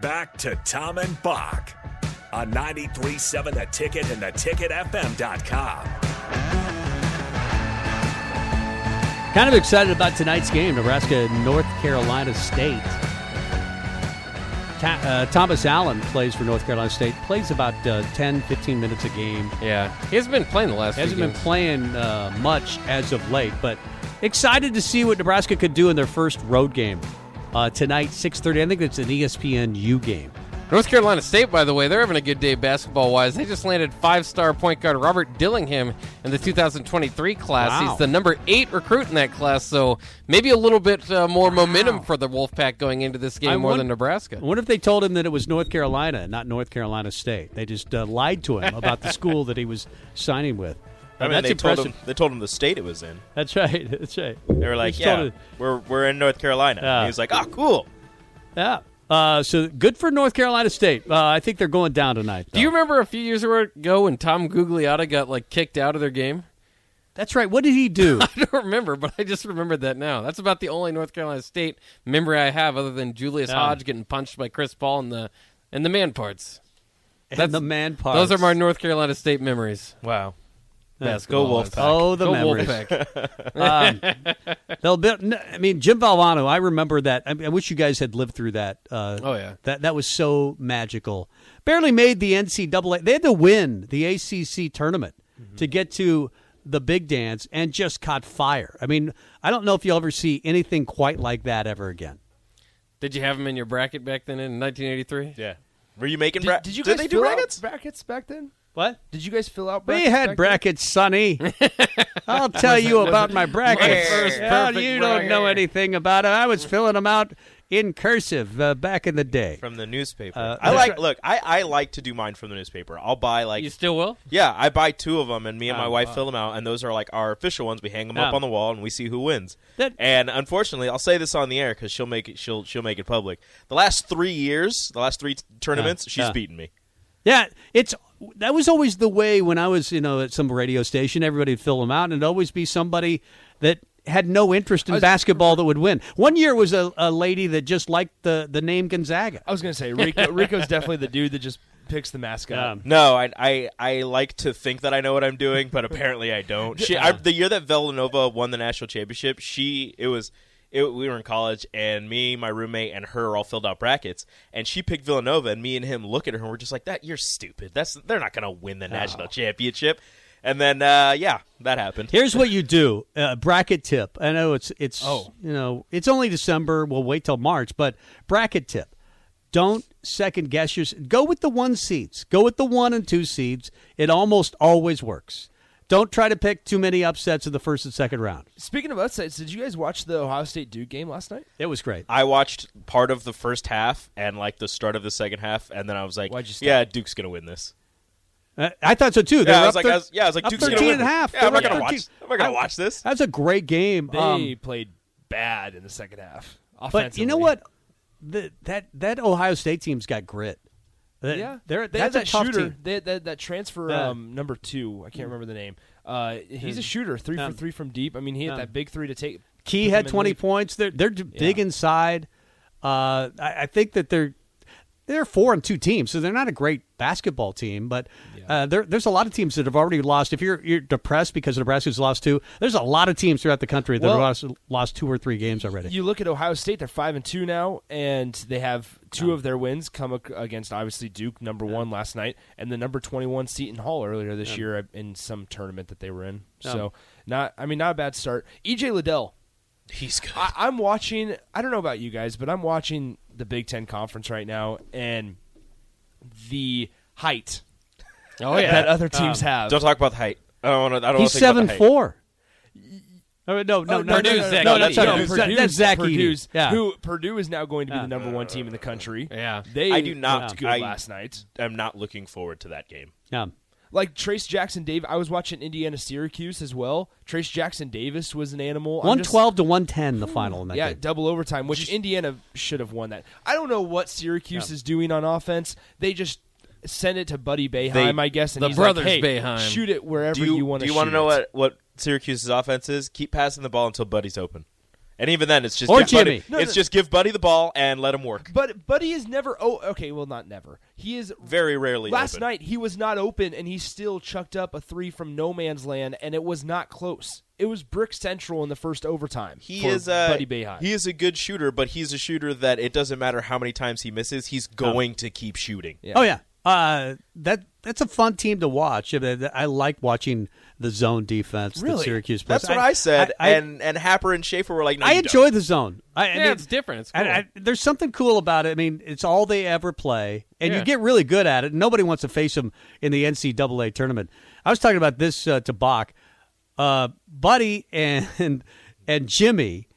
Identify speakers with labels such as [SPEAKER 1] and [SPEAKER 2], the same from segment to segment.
[SPEAKER 1] Back to Tom and Bach on 93.7 The Ticket and theticketfm.com.
[SPEAKER 2] Kind of excited about tonight's game, Nebraska North Carolina State. Ta- uh, Thomas Allen plays for North Carolina State, plays about uh, 10, 15 minutes a game.
[SPEAKER 3] Yeah, he hasn't been playing the last.
[SPEAKER 2] Hasn't
[SPEAKER 3] few
[SPEAKER 2] been
[SPEAKER 3] games.
[SPEAKER 2] playing uh, much as of late, but excited to see what Nebraska could do in their first road game uh, tonight, 6.30. I think it's an E ESPN U game.
[SPEAKER 3] North Carolina State, by the way, they're having a good day basketball wise. They just landed five star point guard Robert Dillingham in the 2023 class.
[SPEAKER 2] Wow.
[SPEAKER 3] He's the number eight recruit in that class, so maybe a little bit uh, more momentum for the Wolfpack going into this game
[SPEAKER 2] I
[SPEAKER 3] more
[SPEAKER 2] won-
[SPEAKER 3] than Nebraska.
[SPEAKER 2] I wonder if they told him that it was North Carolina, not North Carolina State. They just uh, lied to him about the school that he was signing with.
[SPEAKER 4] I
[SPEAKER 2] Uh,
[SPEAKER 4] mean,
[SPEAKER 2] that's
[SPEAKER 4] they
[SPEAKER 2] impressive.
[SPEAKER 4] told him they told him the state it was in.
[SPEAKER 2] That's right. That's right.
[SPEAKER 4] They were like,
[SPEAKER 2] Just told
[SPEAKER 4] "Yeah,
[SPEAKER 2] it-
[SPEAKER 4] we're we're in North Carolina."
[SPEAKER 2] Yeah.
[SPEAKER 4] And he was like, "Oh, cool."
[SPEAKER 2] yeah. Uh, so good for North Carolina State. Uh, I think they're going down tonight.
[SPEAKER 3] Do you
[SPEAKER 2] though.
[SPEAKER 3] remember a few years ago when Tom Gugliotta got like kicked out of their game?
[SPEAKER 2] That's right. What did he do?
[SPEAKER 3] I don't remember, but I just remembered that now. That's about the only North Carolina State memory I have, other than Julius
[SPEAKER 2] Yeah.
[SPEAKER 3] Hodge getting punched by Chris Paul in the in the man parts.
[SPEAKER 2] That's the man part.
[SPEAKER 3] Those are my North Carolina State memories.
[SPEAKER 4] Wow.
[SPEAKER 3] Basketball.
[SPEAKER 4] go Wolfpack.
[SPEAKER 2] Oh, the
[SPEAKER 3] Go
[SPEAKER 2] memories.
[SPEAKER 3] Wolfpack.
[SPEAKER 2] Um, They'll be, n- I mean, Jim Valvano. I remember that. I, mean, I wish you guys had lived through that. Uh,
[SPEAKER 3] Oh, yeah.
[SPEAKER 2] that that was so magical. Barely made the NCAA. They had to win the ACC tournament to get to the big dance, and just caught fire. I mean, I don't know if you'll ever see anything quite like that ever again.
[SPEAKER 3] Did you have him in your bracket back then in 1983?
[SPEAKER 4] Yeah. Were you making
[SPEAKER 5] Did,
[SPEAKER 4] bra-
[SPEAKER 5] did you
[SPEAKER 4] Did
[SPEAKER 5] guys
[SPEAKER 4] they do
[SPEAKER 5] fill out
[SPEAKER 4] brackets?
[SPEAKER 5] brackets back then?
[SPEAKER 2] What?
[SPEAKER 5] Did you guys fill out?
[SPEAKER 2] We
[SPEAKER 5] brackets
[SPEAKER 2] had
[SPEAKER 5] back
[SPEAKER 2] brackets, Sonny. I'll tell you about my brackets.
[SPEAKER 3] first
[SPEAKER 2] Well,
[SPEAKER 3] perfect
[SPEAKER 2] you don't know anything about it. I was filling them out in cursive uh, back in the day.
[SPEAKER 4] From the newspaper.
[SPEAKER 2] Uh,
[SPEAKER 4] I
[SPEAKER 2] that's
[SPEAKER 4] like
[SPEAKER 2] right.
[SPEAKER 4] look, I, I like to do mine from the newspaper. I'll buy like
[SPEAKER 3] You still will?
[SPEAKER 4] Yeah, I buy two of them, and me and my wife fill them out, and those are like our official ones. We hang them up
[SPEAKER 2] Yeah.
[SPEAKER 4] on the wall, and we see who wins.
[SPEAKER 2] That-
[SPEAKER 4] and unfortunately, I'll say this on the air because she'll make it. She'll she'll make it public. The last three years, the last three t- tournaments, she's
[SPEAKER 2] yeah.
[SPEAKER 4] beaten me.
[SPEAKER 2] Yeah, it's that was always the way when I was, you know, at some radio station, everybody would fill them out, and it'd always be somebody that had no interest in basketball that would win. One year was a, a lady that just liked the, the name Gonzaga.
[SPEAKER 5] I was gonna say Rico. Rico's definitely the dude that just picks the mascot.
[SPEAKER 4] No, I, I I like to think that I know what I'm doing, but apparently I don't. She,
[SPEAKER 5] Uh-uh.
[SPEAKER 4] I, the year that Villanova won the national championship, she it was it, we were in college, and me, my roommate, and her all filled out brackets, and she picked Villanova, and me and him look at her, and we're just like, "That you're stupid. That's they're not gonna win the
[SPEAKER 5] Oh.
[SPEAKER 4] national championship." And then uh, yeah, that happened.
[SPEAKER 2] Here's what you do: uh, bracket tip. I know it's it's you know it's only December. We'll wait till March, but bracket tip. Don't second guess your. Go with the one seeds. Go with the one and two seeds. It almost always works. Don't try to pick too many upsets in the first and second round.
[SPEAKER 5] Speaking of upsets, did you guys watch the Ohio State Duke game last night?
[SPEAKER 2] It was great.
[SPEAKER 4] I watched part of the first half and like the start of the second half, and then I was like,
[SPEAKER 5] Why'd you stop?
[SPEAKER 4] "Yeah, Duke's gonna win this."
[SPEAKER 2] Uh, I thought so too. They
[SPEAKER 4] Yeah,
[SPEAKER 2] were
[SPEAKER 4] I
[SPEAKER 2] up
[SPEAKER 4] was like-
[SPEAKER 2] thir-
[SPEAKER 4] I was- yeah, I was like,
[SPEAKER 2] up
[SPEAKER 4] Duke's gonna
[SPEAKER 2] 13
[SPEAKER 4] win
[SPEAKER 2] and a
[SPEAKER 4] this.
[SPEAKER 2] half.
[SPEAKER 4] Yeah,
[SPEAKER 2] They
[SPEAKER 4] I'm
[SPEAKER 2] were
[SPEAKER 4] not gonna
[SPEAKER 2] up
[SPEAKER 4] watch-
[SPEAKER 2] 13.
[SPEAKER 4] I'm not gonna
[SPEAKER 2] I-
[SPEAKER 4] watch this.
[SPEAKER 2] That's a great game.
[SPEAKER 5] They
[SPEAKER 2] Um,
[SPEAKER 5] played bad in the second half.
[SPEAKER 2] but you know what? The, that that Ohio State team's got grit. That-
[SPEAKER 5] Yeah,
[SPEAKER 2] they're,
[SPEAKER 5] they
[SPEAKER 2] that's
[SPEAKER 5] had that
[SPEAKER 2] a tough
[SPEAKER 5] shooter.
[SPEAKER 2] team.
[SPEAKER 5] They had that, that transfer
[SPEAKER 2] Yeah. Hmm.
[SPEAKER 5] um, number two. I can't remember the name. Uh, he's a shooter, three
[SPEAKER 2] Yeah.
[SPEAKER 5] for three from deep. I mean, he had
[SPEAKER 2] Yeah.
[SPEAKER 5] that big three to take.
[SPEAKER 2] Key
[SPEAKER 5] put them
[SPEAKER 2] had
[SPEAKER 5] in
[SPEAKER 2] twenty
[SPEAKER 5] lead.
[SPEAKER 2] points. They're they're d- big inside. Uh, I, I think that they're they're four and two teams, so they're not a great basketball team. But uh, there, there's a lot of teams that have already lost. If you're you're depressed because Nebraska's lost two, there's a lot of teams throughout the country that
[SPEAKER 5] Well-
[SPEAKER 2] have lost, lost two or three games already.
[SPEAKER 5] You look at Ohio State; they're five and two now, and they have two of their wins come ac- against obviously Duke, number one last night, and the number twenty-one Seton Hall earlier this year in some tournament that they were in. So, not I mean, not a bad start. EJ Liddell,
[SPEAKER 4] He's good.
[SPEAKER 5] I, I'm watching. I don't know about you guys, but I'm watching the Big Ten conference right now, and the height
[SPEAKER 3] Oh yeah.
[SPEAKER 5] that other teams have.
[SPEAKER 4] Don't talk about the height. I don't want to. I don't
[SPEAKER 2] He's
[SPEAKER 4] wanna
[SPEAKER 2] seven
[SPEAKER 4] think about the height.
[SPEAKER 2] four. Or, no, no, no,
[SPEAKER 5] Oh,
[SPEAKER 2] no,
[SPEAKER 3] Purdue's
[SPEAKER 2] no,
[SPEAKER 3] Zach
[SPEAKER 2] no,
[SPEAKER 3] Edey.
[SPEAKER 2] that's,
[SPEAKER 3] No,
[SPEAKER 2] no, that's Zach Edey.
[SPEAKER 5] Purdue's,
[SPEAKER 2] Yeah.
[SPEAKER 5] Who Purdue is now going to be the number one team in the country.
[SPEAKER 3] Yeah.
[SPEAKER 5] they
[SPEAKER 4] I do not-
[SPEAKER 5] looked good
[SPEAKER 4] I-
[SPEAKER 5] last night.
[SPEAKER 4] I'm not looking forward to that game.
[SPEAKER 2] Yeah.
[SPEAKER 5] Like Trace Jackson Dave, I was watching Indiana Syracuse as well. Trace Jackson Davis was an animal. I'm
[SPEAKER 2] One
[SPEAKER 5] just-
[SPEAKER 2] twelve to one ten, the final in that
[SPEAKER 5] Yeah,
[SPEAKER 2] game.
[SPEAKER 5] double overtime, which Indiana should have won that. I don't know what Syracuse is doing on offense. They just send it to Buddy Bayheim, I guess, and
[SPEAKER 3] the
[SPEAKER 5] he's
[SPEAKER 3] brothers
[SPEAKER 5] like, hey,
[SPEAKER 3] Boeheim."
[SPEAKER 5] shoot it wherever
[SPEAKER 4] Do you,
[SPEAKER 5] want to.
[SPEAKER 4] do you want
[SPEAKER 5] want
[SPEAKER 4] to know what, what Syracuse's offense is? Keep passing the ball until Buddy's open, and even then, it's just
[SPEAKER 2] Or
[SPEAKER 4] give Buddy-
[SPEAKER 2] Jimmy. No,
[SPEAKER 4] it's
[SPEAKER 5] no.
[SPEAKER 4] just give Buddy the ball and let him work.
[SPEAKER 5] But Buddy is never. Oh, okay. Well, not never. He is
[SPEAKER 4] Very rarely.
[SPEAKER 5] Last
[SPEAKER 4] open.
[SPEAKER 5] night he was not open, and he still chucked up a three from no man's land, and it was not close. It was brick central in the first overtime.
[SPEAKER 4] he
[SPEAKER 5] for
[SPEAKER 4] is a
[SPEAKER 5] Buddy Bayheim.
[SPEAKER 4] he is a good shooter, but he's a shooter that it doesn't matter how many times he misses, he's going to keep shooting.
[SPEAKER 5] Yeah.
[SPEAKER 2] Oh yeah, uh, that that's a fun team to watch. I, mean, I like watching the zone defense that
[SPEAKER 5] Really?
[SPEAKER 2] Syracuse plays.
[SPEAKER 4] That's what I, said.
[SPEAKER 2] I, I-
[SPEAKER 4] and and Happer and Schaefer were like, no,
[SPEAKER 2] I
[SPEAKER 4] you don't.
[SPEAKER 2] enjoy the zone. I, I
[SPEAKER 3] Yeah,
[SPEAKER 2] mean,
[SPEAKER 3] it's different. It's
[SPEAKER 2] and
[SPEAKER 3] cool.
[SPEAKER 2] I- there's something cool about it. I mean, it's all they ever play, and
[SPEAKER 3] Yeah.
[SPEAKER 2] you get really good at it. Nobody wants to face them in the NCAA tournament. I was talking about this uh, to Bach, uh, Buddy, and and Jimmy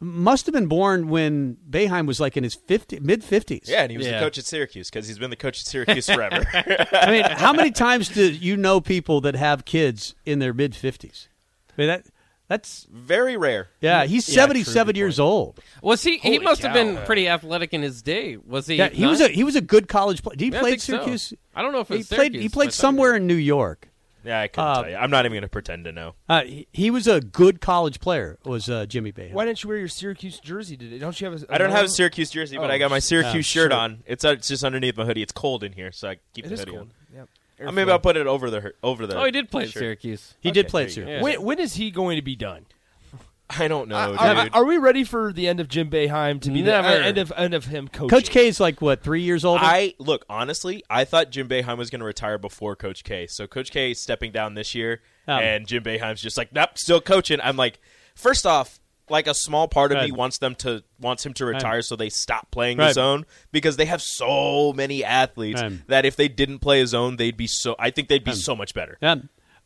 [SPEAKER 2] must have been born when Beheim was like in his 50, mid fifties.
[SPEAKER 4] Yeah, and he was
[SPEAKER 3] Yeah.
[SPEAKER 4] the coach at Syracuse because he's been the coach at Syracuse forever.
[SPEAKER 2] I mean, how many times do you know people that have kids in their mid fifties? I mean, that that's
[SPEAKER 4] Very rare.
[SPEAKER 2] yeah. He's seventy seven years old.
[SPEAKER 3] Was he? he
[SPEAKER 5] Holy
[SPEAKER 3] must have
[SPEAKER 5] cow.
[SPEAKER 3] been pretty athletic in his day. Was he?
[SPEAKER 2] Yeah, he was a
[SPEAKER 3] not?
[SPEAKER 2] he was a good college player. He
[SPEAKER 3] Yeah, I
[SPEAKER 2] played
[SPEAKER 3] think so.
[SPEAKER 2] Syracuse.
[SPEAKER 3] I don't know if it
[SPEAKER 2] he
[SPEAKER 3] was
[SPEAKER 2] played. He
[SPEAKER 3] Syracuse, but I
[SPEAKER 2] played
[SPEAKER 3] thought
[SPEAKER 2] somewhere in New York.
[SPEAKER 4] Yeah, I couldn't tell you. I'm not even going to pretend to know.
[SPEAKER 2] Uh, he, he was a good college player. Was uh, Jimmy Behan?
[SPEAKER 5] Why didn't you wear your Syracuse jersey today? Don't you have? a
[SPEAKER 4] I don't have a
[SPEAKER 5] no?
[SPEAKER 4] Syracuse jersey, but
[SPEAKER 5] Oh,
[SPEAKER 4] I got my
[SPEAKER 5] sh-
[SPEAKER 4] Syracuse
[SPEAKER 2] yeah,
[SPEAKER 4] shirt
[SPEAKER 2] sure.
[SPEAKER 4] on. It's uh, it's just underneath my hoodie. It's cold in here, so I keep
[SPEAKER 5] It
[SPEAKER 4] the
[SPEAKER 5] is
[SPEAKER 4] hoodie
[SPEAKER 5] cold.
[SPEAKER 4] on.
[SPEAKER 5] Yep.
[SPEAKER 4] I maybe I'll put it over the hu- over the.
[SPEAKER 3] Oh, he did play at
[SPEAKER 4] shirt.
[SPEAKER 3] Syracuse.
[SPEAKER 2] he did play at
[SPEAKER 4] there you
[SPEAKER 2] Syracuse.
[SPEAKER 5] When, when is he going to be done?
[SPEAKER 4] I don't know,
[SPEAKER 5] are,
[SPEAKER 4] Oh, dude.
[SPEAKER 5] Uh, are we ready for the end of Jim Beheim to be the
[SPEAKER 3] Never.
[SPEAKER 5] uh, end of end of him coaching?
[SPEAKER 2] Coach K is like what three years old?
[SPEAKER 4] I look honestly. I thought Jim Beheim was going to retire before Coach K. So Coach K is stepping down this year,
[SPEAKER 2] Um.
[SPEAKER 4] and Jim Beheim's just like, nope, still coaching. I'm like, first off, like a small part of me
[SPEAKER 2] Right.
[SPEAKER 4] wants them to wants him to retire, so they stop playing the
[SPEAKER 2] Right.
[SPEAKER 4] zone because they have so many athletes
[SPEAKER 2] Um.
[SPEAKER 4] that if they didn't play a zone, they'd be so. I think they'd be so much better.
[SPEAKER 2] Yeah.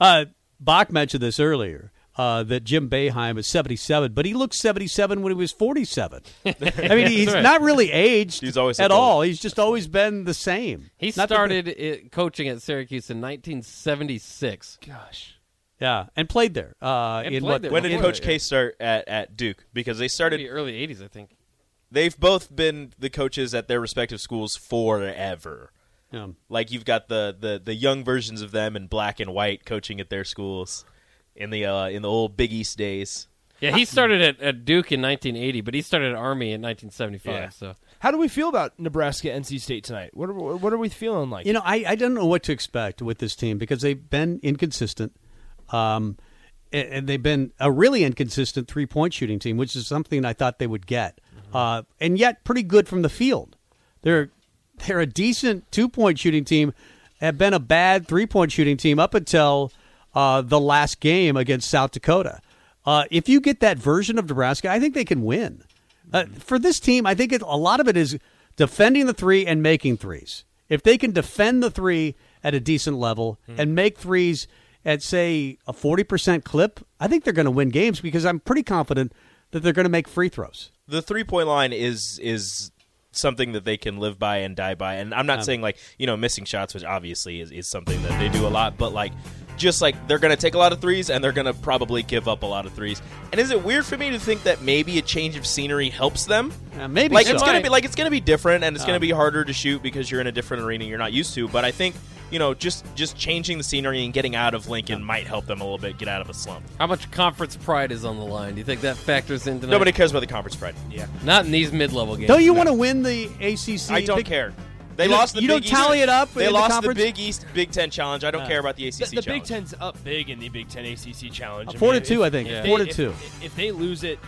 [SPEAKER 2] Uh, Bach mentioned this earlier uh, that Jim Beheim is 77, but he looked 77 when he was 47. I mean, he's not really aged
[SPEAKER 4] He's always
[SPEAKER 2] at
[SPEAKER 4] looked
[SPEAKER 2] all. He's just always been the same.
[SPEAKER 3] He
[SPEAKER 2] Not that-
[SPEAKER 3] started it, coaching at Syracuse in 1976.
[SPEAKER 5] Gosh,
[SPEAKER 2] yeah, and played there. Uh,
[SPEAKER 3] And
[SPEAKER 2] in
[SPEAKER 3] played
[SPEAKER 2] what,
[SPEAKER 3] there.
[SPEAKER 4] When did
[SPEAKER 3] Yeah.
[SPEAKER 4] Coach K start at, at Duke? Because they
[SPEAKER 3] Pretty
[SPEAKER 4] started.
[SPEAKER 3] early 80s, I think.
[SPEAKER 4] They've both been the coaches at their respective schools forever.
[SPEAKER 2] um,
[SPEAKER 4] Like you've got the, the, the young versions of them in black and white coaching at their schools in the uh, in the old Big East days.
[SPEAKER 3] Yeah, he started at, at Duke in 1980, but he started at Army in 1975.
[SPEAKER 4] Yeah.
[SPEAKER 3] So
[SPEAKER 5] how do we feel about Nebraska NC State tonight? What are, what are we feeling like?
[SPEAKER 2] You know, I, I don't know what to expect with this team because they've been inconsistent. Um, and, and they've been a really inconsistent three point shooting team, which is something I thought they would get. Uh, and yet, pretty good from the field. They're, they're a decent two point shooting team, have been a bad three point shooting team up until uh, the last game against South Dakota. Uh, if you get that version of Nebraska, I think they can win. Uh, for this team, I think it, a lot of it is defending the three and making threes. If they can defend the three at a decent level and make threes at say a forty percent clip, I think they're going to win games because I'm pretty confident that they're going to make free throws.
[SPEAKER 4] the three point line is is something that they can live by and die by. And I'm not
[SPEAKER 2] Um,
[SPEAKER 4] saying like you know missing shots, which obviously is, is something that they do a lot, but like just like they're gonna take a lot of threes and they're gonna probably give up a lot of threes. And is it weird for me to think that maybe a change of scenery helps them?
[SPEAKER 2] Uh, maybe
[SPEAKER 4] like
[SPEAKER 2] so. Um,
[SPEAKER 4] it's gonna be like it's gonna be different and it's gonna be harder to shoot because you're in a different arena you're not used to. But I think. You know, just just changing the scenery and getting out of Lincoln might help them a little bit get out of a slump.
[SPEAKER 3] how much conference pride is on the line? Do you think that factors into
[SPEAKER 4] Nobody cares about the conference pride. Yeah,
[SPEAKER 3] Not in these mid-level games.
[SPEAKER 2] Don't you want to win the ACC?
[SPEAKER 4] I don't
[SPEAKER 2] Big-
[SPEAKER 4] care. They
[SPEAKER 2] You don't-
[SPEAKER 4] lost the
[SPEAKER 2] you
[SPEAKER 4] Big
[SPEAKER 2] don't tally
[SPEAKER 4] East.
[SPEAKER 2] it up
[SPEAKER 4] They
[SPEAKER 2] in the
[SPEAKER 4] lost the
[SPEAKER 2] conference?
[SPEAKER 4] Big East Big Ten challenge. I don't care about the ACC
[SPEAKER 5] the, the Big
[SPEAKER 4] challenge.
[SPEAKER 5] Ten's up big in the Big Ten ACC challenge. I
[SPEAKER 2] Four to
[SPEAKER 5] mean,
[SPEAKER 2] two,
[SPEAKER 5] if-
[SPEAKER 2] I think.
[SPEAKER 5] if
[SPEAKER 2] Yeah.
[SPEAKER 5] they-
[SPEAKER 2] Four to
[SPEAKER 5] if-
[SPEAKER 2] two.
[SPEAKER 5] If, they lose it,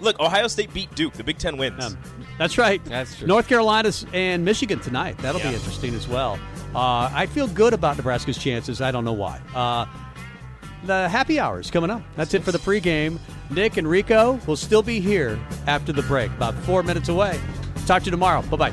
[SPEAKER 4] Look, Ohio State beat Duke. The Big Ten wins.
[SPEAKER 2] Um, that's right.
[SPEAKER 3] That's true.
[SPEAKER 2] North Carolina and Michigan tonight. That'll be interesting as well. Uh, I feel good about Nebraska's chances. I don't know why. Uh, the happy hour is coming up. That's it for the pregame. Nick and Rico will still be here after the break, about four minutes away. Talk to you tomorrow. Bye bye.